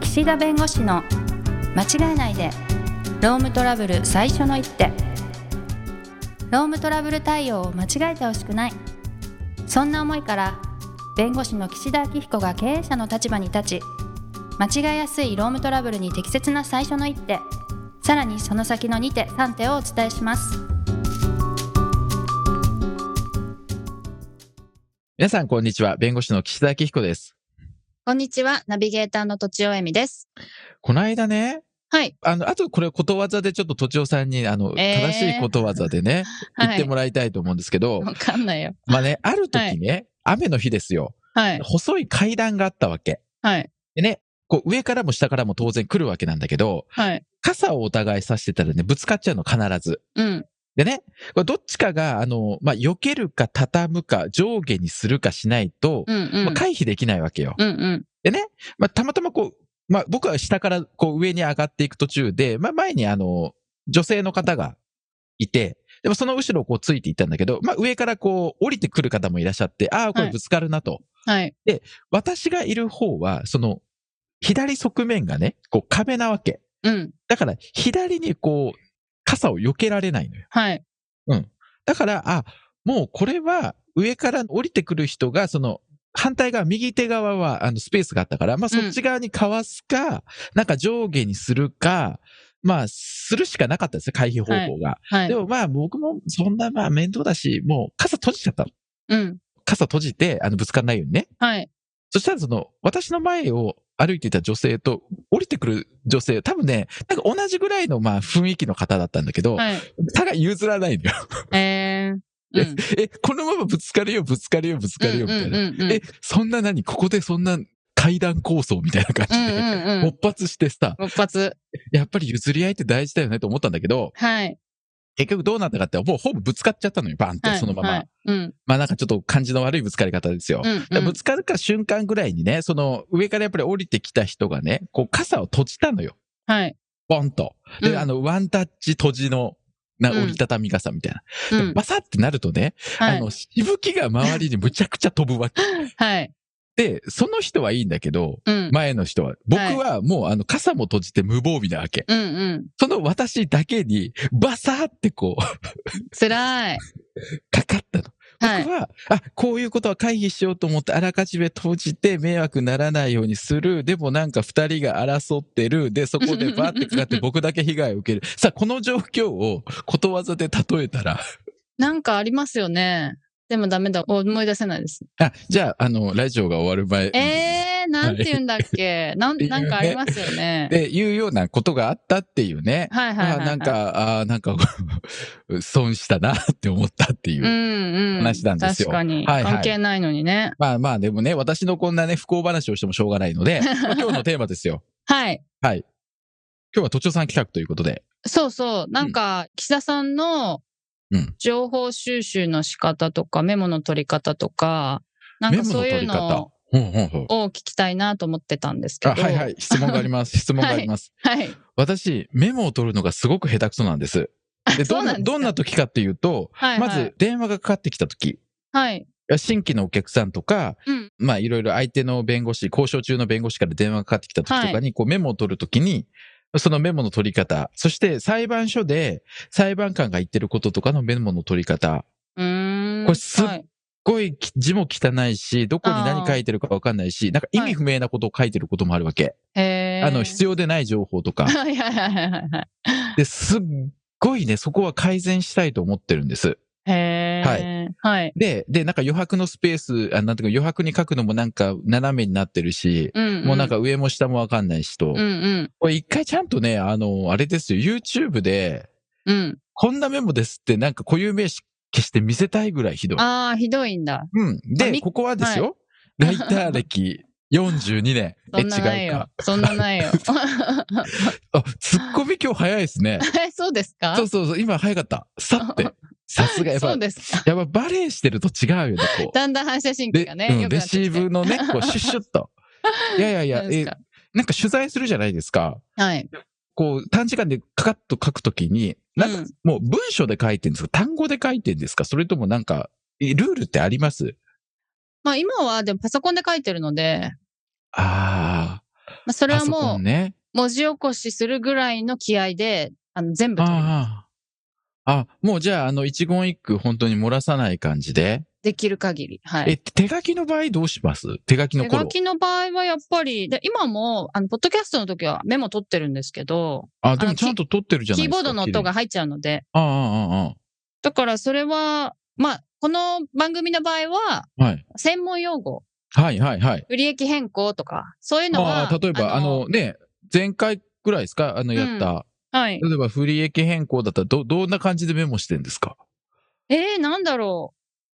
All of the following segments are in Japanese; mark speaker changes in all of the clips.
Speaker 1: 岸田弁護士の間違えないでロームトラブル最初の一手ロームトラブル対応を間違えてほしくないそんな思いから弁護士の岸田明彦が経営者の立場に立ち間違えやすいロームトラブルに適切な最初の一手さらにその先の2手3手をお伝えします
Speaker 2: 皆さん、こんにちは。弁護士の岸田明彦です。
Speaker 1: こんにちはナビゲーターのとちおえみです
Speaker 2: この間ね、
Speaker 1: はい
Speaker 2: あの、あとこれことわざでちょっととちおさんに、あの、
Speaker 1: えー
Speaker 2: 正しいことわざ でね、言ってもらいたいと思うんですけど、
Speaker 1: わかんないよ
Speaker 2: まあね、ある時ね、雨の日ですよ。
Speaker 1: はい
Speaker 2: 細い階段があったわけ。
Speaker 1: はい
Speaker 2: でね、こう上からも下からも当然来るわけなんだけど、
Speaker 1: はい
Speaker 2: 傘をお互い差してたらね、ぶつかっちゃうの必ず。
Speaker 1: うん
Speaker 2: でね、これどっちかが、あの、まあ、避けるか畳むか上下にするかしないと、
Speaker 1: うんうん
Speaker 2: まあ、回避できないわけよ。
Speaker 1: うんうん
Speaker 2: でね、まあ、たまたまこう、まあ、僕は下からこう上に上がっていく途中で、まあ、前にあの、女性の方がいて、でもその後ろをこうついていったんだけど、まあ、上からこう降りてくる方もいらっしゃって、ああ、これぶつかるなと。
Speaker 1: はい
Speaker 2: 私がいる方は、その、左側面がね、こう壁なわけ。
Speaker 1: うん
Speaker 2: だから、左にこう、傘を避けられないのよ。
Speaker 1: はい
Speaker 2: だから、あ、もうこれは上から降りてくる人が、その、反対側、右手側は、あの、スペースがあったから、まあ、そっち側にかわすか、なんか上下にするか、まあ、するしかなかったですね、回避方法が。
Speaker 1: はい
Speaker 2: でもまあ、僕もそんな、まあ、面倒だし、もう傘閉じちゃったの。
Speaker 1: うん
Speaker 2: 傘閉じて、あの、ぶつかんないようにね。
Speaker 1: はい
Speaker 2: そしたら、その、私の前を歩いていた女性と、降りてくる女性、多分ね、なんか同じぐらいの、まあ、雰囲気の方だったんだけど、
Speaker 1: はい
Speaker 2: 互い譲らないのよ。
Speaker 1: えーうん
Speaker 2: え、このままぶつかるよ、ぶつかるよ、ぶつかるよ、みたいな。
Speaker 1: うんうんうんうん
Speaker 2: え、そんな何ここでそんな階段構想みたいな感じで、
Speaker 1: うんうんうん
Speaker 2: 勃発してさ、
Speaker 1: 勃発。
Speaker 2: やっぱり譲り合いって大事だよねと思ったんだけど、
Speaker 1: はい。
Speaker 2: 結局どうなったかって、もうほぼぶつかっちゃったのよ、バンって、
Speaker 1: はい
Speaker 2: そのまま。
Speaker 1: はいうん。
Speaker 2: まあなんかちょっと感じの悪いぶつかり方ですよ。
Speaker 1: うん
Speaker 2: だからぶつかるか瞬間ぐらいにね、その上からやっぱり降りてきた人がね、こう傘を閉じたのよ。
Speaker 1: はい。
Speaker 2: ポンと。で、
Speaker 1: うん
Speaker 2: あの、ワンタッチ閉じの、な、
Speaker 1: うん
Speaker 2: 折りたたみ傘みたいな。
Speaker 1: う
Speaker 2: で
Speaker 1: ん
Speaker 2: バサってなるとね、
Speaker 1: は
Speaker 2: あ
Speaker 1: い
Speaker 2: の、しぶきが周りにむちゃくちゃ飛ぶわけ。
Speaker 1: はい。
Speaker 2: で、その人はいいんだけど、
Speaker 1: うん。
Speaker 2: 前の人は。僕はもうあの傘も閉じて無防備なわけ。
Speaker 1: うんうん。
Speaker 2: その私だけにバサーってこう、
Speaker 1: つらい。
Speaker 2: かかったの。
Speaker 1: はい
Speaker 2: 僕。は、あ、こういうことは回避しようと思ってあらかじめ閉じて迷惑ならないようにする。でもなんか二人が争ってる。で、そこで バーってかかって僕だけ被害を受ける。さあ、この状況をことわざで例えたら、
Speaker 1: なんかありますよね。でもダメだ。思い出せないです。
Speaker 2: あ、じゃあ、あの、ラジオが終わる前。
Speaker 1: えー、なんて言うんだっけ。なん、なんかありますよね。
Speaker 2: っていうようなことがあったっていうね。
Speaker 1: はいはいはいはい。
Speaker 2: あなん。か、あーなんか、 損したなって思ったっていう。
Speaker 1: うんうん。
Speaker 2: 話なんですよ
Speaker 1: 確かに。
Speaker 2: はいはい
Speaker 1: 関係ないのにね。
Speaker 2: まあまあ、でもね、私のこんなね、不幸話をしてもしょうがない ので、まあ今日のテーマですよ。
Speaker 1: はい。
Speaker 2: 今日は都庁さん企画ということで。
Speaker 1: そうそう。なんか、岸田さんの
Speaker 2: うん
Speaker 1: 情報収集の仕方とか、メモの取り方とか、なん
Speaker 2: メ
Speaker 1: か
Speaker 2: モの
Speaker 1: そう
Speaker 2: 取
Speaker 1: いう
Speaker 2: り
Speaker 1: の
Speaker 2: 方。うんうんうん。
Speaker 1: を聞きたいなと思ってたんですけ
Speaker 2: あ、
Speaker 1: ど。
Speaker 2: はいはい。質問があ ります。質問があります。
Speaker 1: はい。
Speaker 2: 私、メモを取るのがすごく下手くそなんです。で、
Speaker 1: そ
Speaker 2: ど
Speaker 1: うんなん
Speaker 2: な、
Speaker 1: ですか
Speaker 2: どんな時かっていうと、
Speaker 1: はい、
Speaker 2: まず、電話がかかってきた時。
Speaker 1: はい、はい。
Speaker 2: 新規のお客さんとか、
Speaker 1: うん
Speaker 2: まあいろいろ相手の弁護士、交渉中の弁護士から電話がかかってきた時とかに、こうメモを取るときに、そのメモの取り方、そして裁判所で裁判官が言ってることとかのメモの取り方、
Speaker 1: うーん。
Speaker 2: これすっ
Speaker 1: はい
Speaker 2: すっごい字も汚いし、どこに何書いてるかわかんないし、なんか意味不明なことを書いてることもあるわけ。
Speaker 1: へー
Speaker 2: あの、必要でない情 報とか。
Speaker 1: はいはいはいはいは
Speaker 2: ですっごいね、そこは改善したいと思ってるんです。
Speaker 1: い。へーはい。
Speaker 2: で、で、なんか余白のスペース、あなんていうか余白に書くのもなんか斜めになってるし、
Speaker 1: うん、うん。
Speaker 2: もうなん、か上も下もわかんないしと
Speaker 1: うん。うん。
Speaker 2: これ一回ちゃんとね、あの、あれですよ、YouTube で、
Speaker 1: うん。
Speaker 2: こんなメモですってなんか固有名詞消して見せたいぐらいひどい。
Speaker 1: ああ、ひどいんだ。
Speaker 2: うん。
Speaker 1: あ
Speaker 2: で、
Speaker 1: み
Speaker 2: ここはですよ、ライター歴42年。え、
Speaker 1: そんなない
Speaker 2: 違
Speaker 1: よ
Speaker 2: うか。。
Speaker 1: そんなないよ。
Speaker 2: あ、ツッコミ今日早いです ね。
Speaker 1: え、そうですか
Speaker 2: そうそうそう、今早かった。さ って。さすがやっ
Speaker 1: そ
Speaker 2: ぱ
Speaker 1: う、ですか。
Speaker 2: やっぱバレーしてると違うよね、こう。
Speaker 1: だんだん反射神経
Speaker 2: で
Speaker 1: が
Speaker 2: う
Speaker 1: ね、
Speaker 2: ん
Speaker 1: 良く
Speaker 2: レ
Speaker 1: なってきて
Speaker 2: シーブのね、こう、シュッシュッ と。いやいやいや、
Speaker 1: そうで
Speaker 2: え
Speaker 1: すか、
Speaker 2: なんか取材するじゃないですか。
Speaker 1: はい。
Speaker 2: こう、短時間でカカッと書くときに、なん
Speaker 1: う
Speaker 2: か
Speaker 1: ん
Speaker 2: もう文章で書いてるんですか単語で書いてるんですかそれともなんか、えルールってあります
Speaker 1: まあ今は、でもパソコンで書いてるので、
Speaker 2: ああ。
Speaker 1: まあそれ
Speaker 2: パ
Speaker 1: は
Speaker 2: ソコ
Speaker 1: も
Speaker 2: ンね。
Speaker 1: う、文字起こしするぐらいの気合で、あの、全部取ります
Speaker 2: ああ。あ、もうじゃあ、あの、一言一句本当に漏らさない感じで。
Speaker 1: できる限り。はい。
Speaker 2: え、手書きの場合どうします手書きの
Speaker 1: 手
Speaker 2: 頃
Speaker 1: 書。きの場合はやっぱり、で今も、あの、ポッドキャストの時はメモ取ってるんですけど、
Speaker 2: あ、で
Speaker 1: あ
Speaker 2: も
Speaker 1: の
Speaker 2: ちゃんと撮ってるじゃな
Speaker 1: キ
Speaker 2: い
Speaker 1: ー
Speaker 2: です
Speaker 1: ボ
Speaker 2: か。
Speaker 1: ードの
Speaker 2: 綺
Speaker 1: 音
Speaker 2: 麗に。
Speaker 1: が入っちゃうので、
Speaker 2: ああ、ああ、あ
Speaker 1: だからそれは、まあ、この番組の場合は、
Speaker 2: あ。はい。
Speaker 1: 専門用語、
Speaker 2: はい、はい、はい。
Speaker 1: 不利益変更とか、そういうの
Speaker 2: あ
Speaker 1: は、
Speaker 2: あ、例えば、あの、ね、前回くらいですかあの、やった。
Speaker 1: はい。
Speaker 2: 例えば、不利益変更だったら、ど、どんな感じでメモしてんですか
Speaker 1: えー、なんだろ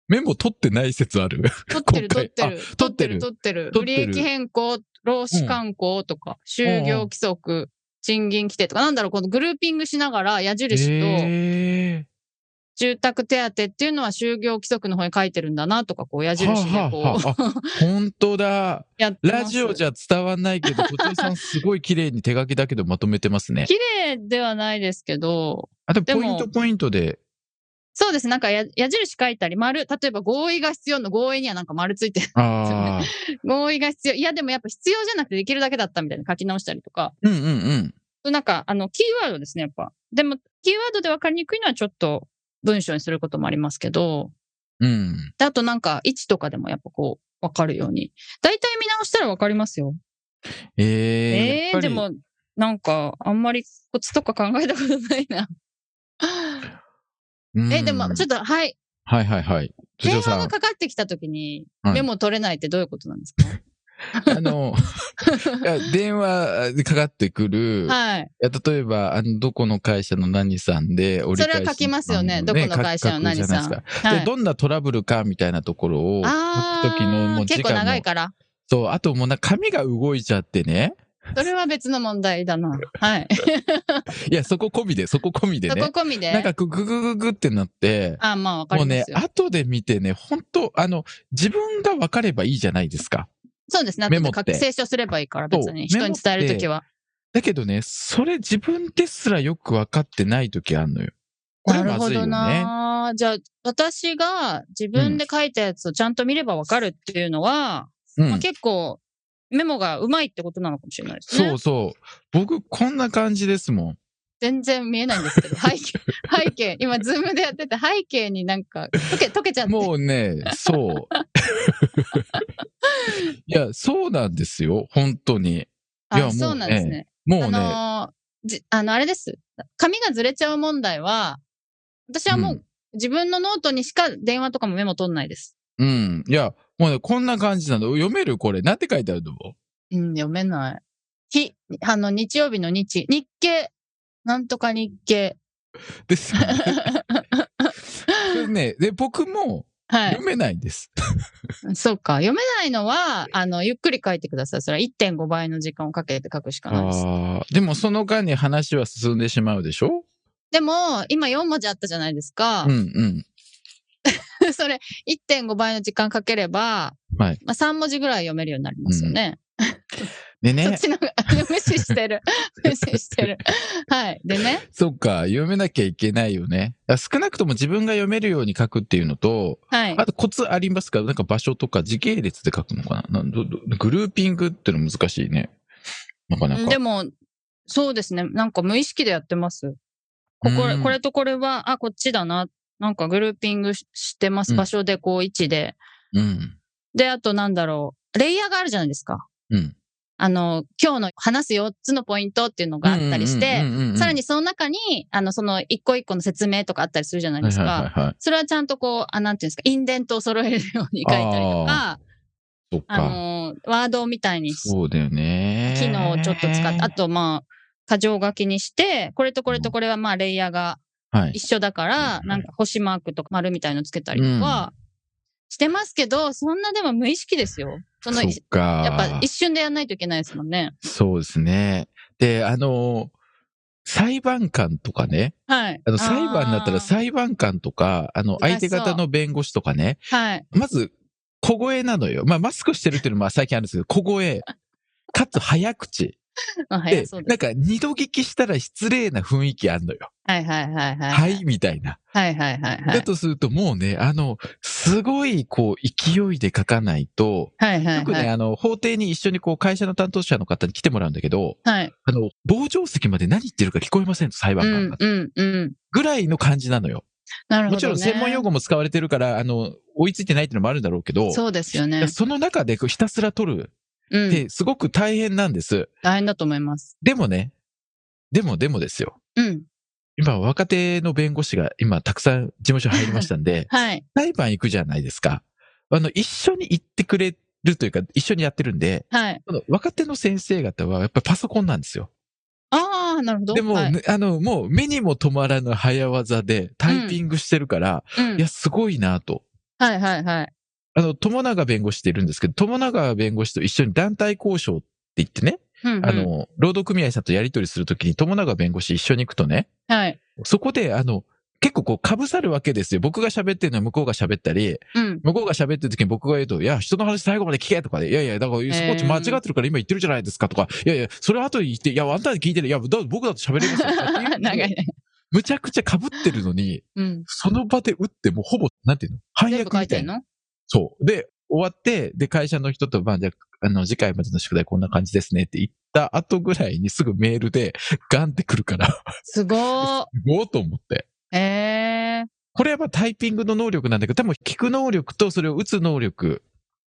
Speaker 2: メモ取ってない説ある
Speaker 1: う。取ってる、
Speaker 2: 今
Speaker 1: 取っ
Speaker 2: 回
Speaker 1: てる。
Speaker 2: 取ってる
Speaker 1: 取ってる。
Speaker 2: 取
Speaker 1: 不
Speaker 2: って
Speaker 1: 利
Speaker 2: る
Speaker 1: 益変更、労使慣行とか、就業規則、賃金規定とか、なんだろう、このグルーピングしながら矢印と、
Speaker 2: え
Speaker 1: 住宅手当っていうのは就業規則の方に書いてるんだなとか、こう矢
Speaker 2: え
Speaker 1: 印でこう
Speaker 2: はあはあはああ本当だ。
Speaker 1: やってます。
Speaker 2: ラジオじゃ伝わんないけ ど、小鳥さんすごい綺麗に手書きだけどまとめてますね。
Speaker 1: 綺麗ではないですけど、
Speaker 2: あと、
Speaker 1: で
Speaker 2: ポ
Speaker 1: も
Speaker 2: イントポイントで。
Speaker 1: そうです。なんかや矢印書いたり、丸、例えば合意が必要の合意にはなんか丸ついてる、
Speaker 2: ああ。
Speaker 1: 合意が必要。いや、でもやっぱ必要じゃなくてできるだけだったみたいな書き直したりとか、
Speaker 2: うんうんうん。
Speaker 1: なんか、あの、キーワードですね、やっぱ。でも、キーワードで分かりにくいのはちょっと文章にすることもありますけど、
Speaker 2: うん。
Speaker 1: であとなんか、位置とかでもやっぱこう、分かるように。大体見直したら分かりますよ。
Speaker 2: え
Speaker 1: え
Speaker 2: えやっ
Speaker 1: え
Speaker 2: ぱ
Speaker 1: ー、
Speaker 2: り
Speaker 1: でも、なんか、あんまりコツとか考えたことないな。
Speaker 2: うん
Speaker 1: え、でも、ちょっと、はい。
Speaker 2: はいはいはい。小
Speaker 1: 電話
Speaker 2: 鳥さん
Speaker 1: が、かかってきた時に、
Speaker 2: はい
Speaker 1: メモ取れないってどういうことなんですか、
Speaker 2: あの、 いや電話でかかってくる、
Speaker 1: はい。
Speaker 2: いや例えば、あの、どこの会社の何さんで、折り
Speaker 1: それは書きますよねどこの会社の何さん
Speaker 2: 書くじゃないですか
Speaker 1: は
Speaker 2: で
Speaker 1: い、
Speaker 2: どんなトラブルかみたいなところを書くときの
Speaker 1: あ
Speaker 2: も
Speaker 1: あ、
Speaker 2: う時
Speaker 1: 結構
Speaker 2: 間
Speaker 1: 長
Speaker 2: も
Speaker 1: い。から。
Speaker 2: そう、あともうな、紙が動いちゃってね。
Speaker 1: それは別の問題だな。はい。
Speaker 2: いや、そこ込みで、そこ込みで
Speaker 1: そ
Speaker 2: ね。
Speaker 1: こ込みで。
Speaker 2: なんかグググググってなって、
Speaker 1: ああ、まあ、わか
Speaker 2: もう
Speaker 1: りま
Speaker 2: ね
Speaker 1: す、よ。
Speaker 2: 後で見てね、本当あの、自分が分かればいいじゃないですか。
Speaker 1: そうですね。
Speaker 2: メモって
Speaker 1: 確清書すればいいから、別に。
Speaker 2: そう
Speaker 1: 人に伝えるときは。
Speaker 2: だけどね、それ自分ですらよく分かってない時あんのよ。これ
Speaker 1: なる
Speaker 2: ま
Speaker 1: ほ
Speaker 2: ずいよ
Speaker 1: ど
Speaker 2: ね。
Speaker 1: な。じゃあ、私が自分で書いたやつをちゃんと見ればわかるっていうのは、
Speaker 2: うん
Speaker 1: まあ、結構、メモがうまいってことなのかもしれないですね。
Speaker 2: そうそう。僕、こんな感じですもん。
Speaker 1: 全然見えないんですけ ど、背景、背景、今、ズームでやってて、背景になんか、溶け、溶けちゃって。
Speaker 2: もうね、 そう。いや、そうなんですよ。本当に。いや
Speaker 1: あ、そうなんですね。
Speaker 2: もうね、
Speaker 1: あのーじ、あの、あれです。紙がずれちゃう問題は、私はも
Speaker 2: う
Speaker 1: う自分のノートにしか電話とかもメモ取んないです。
Speaker 2: うん。いや、もうね、こんな感じなの。読めるこれ。なんて書いてあるの
Speaker 1: うん、読めない。日、あの、日曜日の日、日経、なんとか日経。
Speaker 2: です よね。それね、で、僕も
Speaker 1: は
Speaker 2: 読
Speaker 1: い。
Speaker 2: めないです。
Speaker 1: そうか。読めないのは、あの、ゆっくり書いてください。それは1.5倍の時間をかけて書くしかないです。
Speaker 2: ああ。でも、その間に話は進んでしまうでしょ
Speaker 1: でも、今4文字あったじゃないですか
Speaker 2: うん。う ん。
Speaker 1: それ、1.5倍の時間かければ、
Speaker 2: はい
Speaker 1: まあ、3文字ぐらい読めるようになりますよね。
Speaker 2: で
Speaker 1: そっ
Speaker 2: ね、
Speaker 1: ちの方が、 無視してる。 無視してる。はい。でね。
Speaker 2: そっか、読めなきゃいけないよね。だから少なくとも自分が読めるように書くっていうのと、
Speaker 1: はい
Speaker 2: あ。とコツありますかなんか場所とか時系列で書くのかななんどどグルーピングっての難しいね。なかなか。
Speaker 1: でも、そうですね。なんか無意識でやってます。こ
Speaker 2: う
Speaker 1: こ
Speaker 2: ん
Speaker 1: これとこれは、あ、こっちだな。なんかグルーピングししてま
Speaker 2: う
Speaker 1: す。
Speaker 2: ん
Speaker 1: 場所でこう位置で。
Speaker 2: うん。
Speaker 1: で、あとなんだろう。レイヤーがあるじゃないですか。
Speaker 2: うん。
Speaker 1: あの、今日の話す4つのポイントっていうのがあったりして、さらにその中に、あの、その一個一個の説明とかあったりするじゃない
Speaker 2: は
Speaker 1: で
Speaker 2: い
Speaker 1: す
Speaker 2: はい
Speaker 1: か。
Speaker 2: はいはい。
Speaker 1: それはちゃんとこう、あ、なんていうんですか、インデントを揃えるように書いたりとか、
Speaker 2: そっ
Speaker 1: あ
Speaker 2: か。
Speaker 1: のーワードみたいにし
Speaker 2: そうだよね。
Speaker 1: 機能をちょっと使って、あとまあ、箇条書きにして、これとこれとこれはまあ、レイヤーが
Speaker 2: はい。
Speaker 1: 一緒だから、
Speaker 2: うん
Speaker 1: なんか星マークとか丸みたいのつけたりとか、してますけど、そんなでも無意識ですよ。その、
Speaker 2: そっ
Speaker 1: い
Speaker 2: か。
Speaker 1: やっぱ一瞬でやんないといけないですもんね。
Speaker 2: そうですね。で、あの、裁判官とかね、
Speaker 1: はい。
Speaker 2: あの裁判だったら
Speaker 1: あー
Speaker 2: 裁判官とか、あの、相手方の弁護士とかね、
Speaker 1: はい。
Speaker 2: まず、小声なのよ。まあ、マスクしてるっていうのも最近あるんですけど、小声。かつ早口。
Speaker 1: あは
Speaker 2: で
Speaker 1: い、そう、で
Speaker 2: な
Speaker 1: す
Speaker 2: ん。か二度聞きしたら失礼な雰囲気あんのよ。
Speaker 1: はいはいはいはい。
Speaker 2: はい、みたいな。
Speaker 1: はいはいはいは
Speaker 2: だ
Speaker 1: い。
Speaker 2: とするともうね、あの、すごいこう勢いで書かないと、
Speaker 1: はいはい
Speaker 2: よく
Speaker 1: はい。
Speaker 2: ね、あの、法廷に一緒にこう会社の担当者の方に来てもらうんだけど、
Speaker 1: はい。
Speaker 2: あの、傍聴席まで何言ってるか聞こえませんと裁
Speaker 1: う
Speaker 2: 判官
Speaker 1: ん
Speaker 2: が。
Speaker 1: うんうん。
Speaker 2: ぐらいの感じなのよ。
Speaker 1: なるほど、ね。
Speaker 2: もちろん専門用語も使われてるから、あの、追いついてないっていうのもあるんだろうけど、
Speaker 1: そうですよね。
Speaker 2: その中でこうひたすら取る
Speaker 1: う
Speaker 2: っ
Speaker 1: ん。
Speaker 2: てすごく大変なんです。
Speaker 1: 大変だと思います。
Speaker 2: でもね、でもでもですよ。
Speaker 1: うん。、
Speaker 2: 今、若手の弁護士が今、たくさん事務所入りましたんで
Speaker 1: はい。
Speaker 2: 裁判行くじゃないですか。あの、一緒に行ってくれるというか、一緒にやってるんで、
Speaker 1: はい。
Speaker 2: その若手の先生方はやっぱりパソコンなんですよ。
Speaker 1: ああ、なるほど。
Speaker 2: でも、
Speaker 1: はい
Speaker 2: ねあの、もう目にも止まらぬ早技でタイピングしてるから、
Speaker 1: うん
Speaker 2: いや、すごいなと。
Speaker 1: はいはいはい。
Speaker 2: あの、友永弁護士っているんですけど、友永弁護士と一緒に団体交渉って言ってね、
Speaker 1: うんうん
Speaker 2: あの、労働組合さんとやり取りするときに友永弁護士一緒に行くとね、
Speaker 1: はい。
Speaker 2: そこで、あの、結構こう被さるわけですよ。僕が喋ってるのに向こうが喋ったり、
Speaker 1: うん。
Speaker 2: 向こうが喋ってる時に僕が言うと、いや、人の話最後まで聞けとかで、いやいや、だからスポーツ間違ってるから今言ってるじゃないですかとか、いやいや、それ後に言って、いや、あんたに聞いてる、いや、だ僕だと喋れますよ とかっていう。
Speaker 1: 長いね。
Speaker 2: むちゃくちゃ被ってるのに、
Speaker 1: うん。
Speaker 2: その場で打ってもうほぼ、なんていうの反
Speaker 1: 全
Speaker 2: 訳み
Speaker 1: 部
Speaker 2: た
Speaker 1: 書
Speaker 2: いない
Speaker 1: てんの
Speaker 2: そう。で、終わって、で、会社の人と、まあ、じゃあ、あの、次回までの宿題こんな感じですねって言った後ぐらいにすぐメールで、ガンってくるから、
Speaker 1: すごー。
Speaker 2: おおと思って。
Speaker 1: ええー。
Speaker 2: これはまあタイピングの能力なんだけど、多分聞く能力とそれを打つ能力、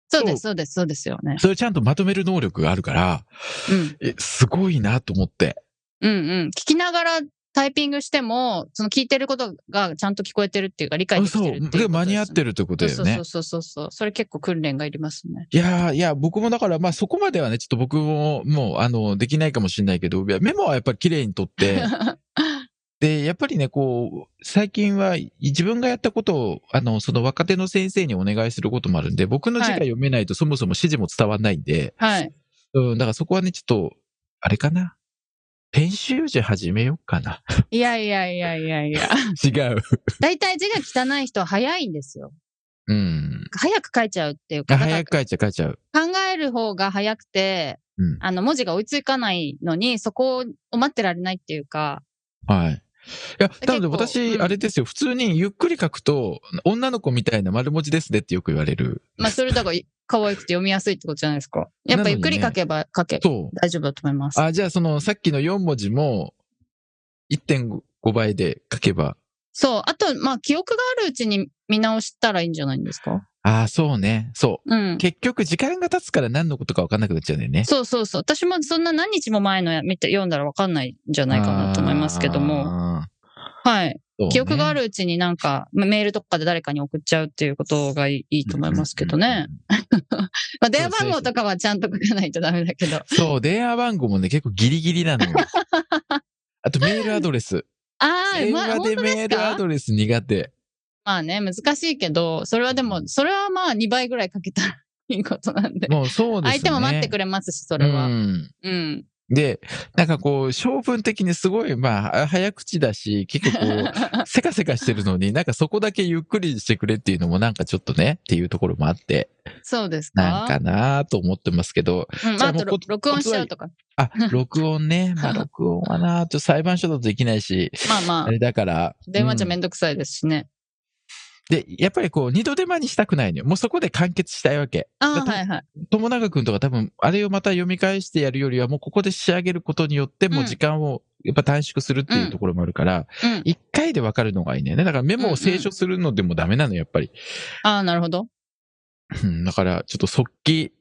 Speaker 1: そうです、そうです、そうですよね。
Speaker 2: それをちゃんとまとめる能力があるから、
Speaker 1: うん。
Speaker 2: えすごいなと思って。
Speaker 1: うんうん。聞きながらタイピングしても、その聞いてることがちゃんと聞こえてるっていうか、理解
Speaker 2: あ
Speaker 1: でき
Speaker 2: そ
Speaker 1: て
Speaker 2: う。
Speaker 1: るっていうことです
Speaker 2: で、間に合ってるってことだよね
Speaker 1: そう。そうそうそうそう。それ結構訓練がいります ね。
Speaker 2: いやーいや、僕もだから、まあそこまではね、ちょっと僕も、もう、あの、できないかもしれないけど、いやメモはやっぱり綺麗に取 って、で、やっぱりね、こう、最近は自分がやったことを、あの、その若手の先生にお願いすることもあるんで、僕の字が
Speaker 1: はい
Speaker 2: 読めないとそもそも指示も伝わんないんで、
Speaker 1: はい。
Speaker 2: うん、だからそこはね、ちょっと、あれかな。編集時始めよう かな。
Speaker 1: いやいやいやいやいや。
Speaker 2: 違う。
Speaker 1: 大体字が汚い人は早いんですよ。
Speaker 2: うん。
Speaker 1: 早く書いちゃうっていうか、だ
Speaker 2: あ
Speaker 1: から
Speaker 2: 早く書いちゃう、書いちゃう。
Speaker 1: 考える方が早くて、
Speaker 2: うん。
Speaker 1: あの、文字が追いつかないのに、そこを待ってられないっていうか、
Speaker 2: はい。いや、なので
Speaker 1: 結構
Speaker 2: 私、
Speaker 1: うん
Speaker 2: あれですよ、普通にゆっくり書くと、女の子みたいな丸文字ですねってよく言われる。
Speaker 1: まあ、それだから、可愛くて読みやすいってことじゃないですか。やっぱゆっくり書けば書け、
Speaker 2: そう。
Speaker 1: 大丈夫だと思います。
Speaker 2: あ、じゃあそのさっきの4文字も1.5倍で書けば。
Speaker 1: そう。あと、まあ、記憶があるうちに見直したらいいんじゃないんですか
Speaker 2: ああ、そうね。そうう。
Speaker 1: ん。
Speaker 2: 結局時間が経つから何のことか分かんなくなっちゃうんだよね。
Speaker 1: そうそうそう。私もそんな何日も前のや見て読んだらわかんないんじゃないかなと思いますけども。
Speaker 2: あ
Speaker 1: はい。
Speaker 2: ー。そうね
Speaker 1: 記憶があるうちになんか、まメールとかで誰かに送っちゃうっていうことがいいいいと思いますけどね。。まあ、電話番号とかはちゃんと書かないとダメだけど。
Speaker 2: そう、電話番号もね、結構ギリギリなのよ。 あとメールアドレス。
Speaker 1: ああ、
Speaker 2: 電
Speaker 1: まあ、
Speaker 2: 話
Speaker 1: 本
Speaker 2: で
Speaker 1: 当で
Speaker 2: メ
Speaker 1: す
Speaker 2: ールア
Speaker 1: か
Speaker 2: ドレス苦手。
Speaker 1: まあね、難しいけど、それはでも、それはまあ2倍ぐらいかけたらいいことなんで。
Speaker 2: もうそうですね。
Speaker 1: 相手も待ってくれますし、そ
Speaker 2: そ
Speaker 1: れは。
Speaker 2: うん。
Speaker 1: うん。
Speaker 2: で、なんかこう、性分的にすごい、まあ、早口だし、結構こ う、せかせかしてるのに、なんかそこだけゆっくりしてくれっていうのもなんかちょっとね、っていうところもあって、
Speaker 1: そうですか。
Speaker 2: なんかなぁと思ってますけど、
Speaker 1: うん、
Speaker 2: じゃあ
Speaker 1: あと
Speaker 2: もうこ
Speaker 1: 録音しちゃうとか。
Speaker 2: あ、録 音ね。まあ録音はなぁ、ちょっと裁判所だとできないし、
Speaker 1: まあま
Speaker 2: あ
Speaker 1: あ、
Speaker 2: れだから。
Speaker 1: 電話じゃ
Speaker 2: うん
Speaker 1: めんどくさいですしね。
Speaker 2: で、やっぱりこう、二度手間にしたくないのよ。もうそこで完結したいわけ。
Speaker 1: あ
Speaker 2: だ
Speaker 1: あ、
Speaker 2: って
Speaker 1: はいはい。
Speaker 2: 友永くんとか多分、あれをまた読み返してやるよりは、もうここで仕上げることによって、もう時間を、やっぱ短縮するっていうところもあるから、
Speaker 1: うん。
Speaker 2: 一、回でわかるのがいいね。だからメモを清書するのでもダメなの、やっぱり。
Speaker 1: ああ、なるほど。
Speaker 2: うんだから、ちょっと速記、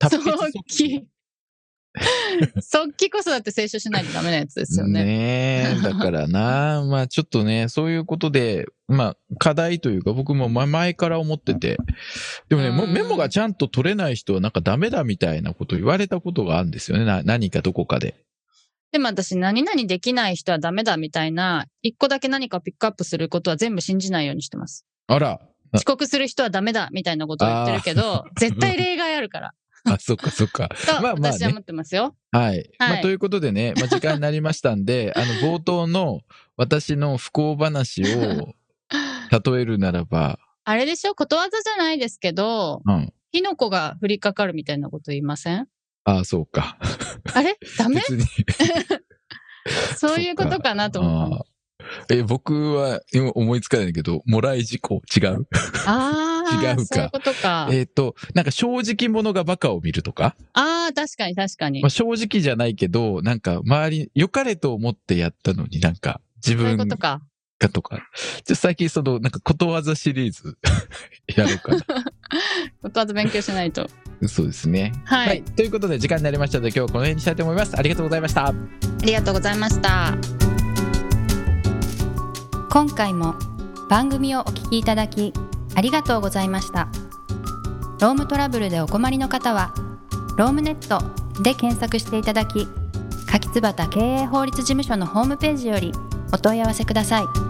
Speaker 2: 達筆
Speaker 1: 速記。 速記こそだって清書しないとダメなやつですよね。
Speaker 2: ねえ、だか らな、まあちょっとね、そういうことで、まあ課題というか僕もま前から思ってて、でもね、も
Speaker 1: うん
Speaker 2: メモがちゃんと取れない人はなんかダメだみたいなこと言われたことがあるんですよね、な何かどこかで。
Speaker 1: でも私、何々できない人はダメだみたいな、一個だけ何かをピックアップすることは全部信じないようにしてます。
Speaker 2: あら、
Speaker 1: 遅刻する人はダメだみたいなことを言ってるけど、 絶対例外あるから。
Speaker 2: あ、そっかそっか。
Speaker 1: と、
Speaker 2: まあまあね
Speaker 1: 私は思ってますよ。
Speaker 2: はい。ま
Speaker 1: は
Speaker 2: あ
Speaker 1: い
Speaker 2: ということでね、まあ時間になりました んで、あの冒頭の私の不幸話を例えるならば、
Speaker 1: あれでしょことわざじゃないですけど、
Speaker 2: うん。
Speaker 1: 火の粉が降りかかるみたいなこと言いません
Speaker 2: ああ、そうか。
Speaker 1: あれ ダメ
Speaker 2: 別に。
Speaker 1: そういうことかなと思ったの。
Speaker 2: あーえ、僕は今思いつかないんだけど、もらい事故違う
Speaker 1: ああ
Speaker 2: 違
Speaker 1: ー、
Speaker 2: うか
Speaker 1: そういうことか。
Speaker 2: えっと、なんか正直者がバカを見るとか、
Speaker 1: ああ、確かに確かに
Speaker 2: まあ、。正直じゃないけど、なんか周り、良かれと思ってやったのになんか
Speaker 1: そ
Speaker 2: 自
Speaker 1: ういう
Speaker 2: 分
Speaker 1: ことか。
Speaker 2: がとか。じゃ最近その、なんかことわざシリーズ やろうか
Speaker 1: ことわざ勉強しないと。
Speaker 2: な。そうですね。
Speaker 1: はい。
Speaker 2: はい。ということで時間になりましたので今日はこの辺にしたいと思います。ありがとうございました。
Speaker 1: ありがとうございました。
Speaker 3: 今回も番組をお聞きいただきありがとうございましたロームトラブルでお困りの方は「ロームネット」で検索していただき柿椿経営法律事務所のホームページよりお問い合わせください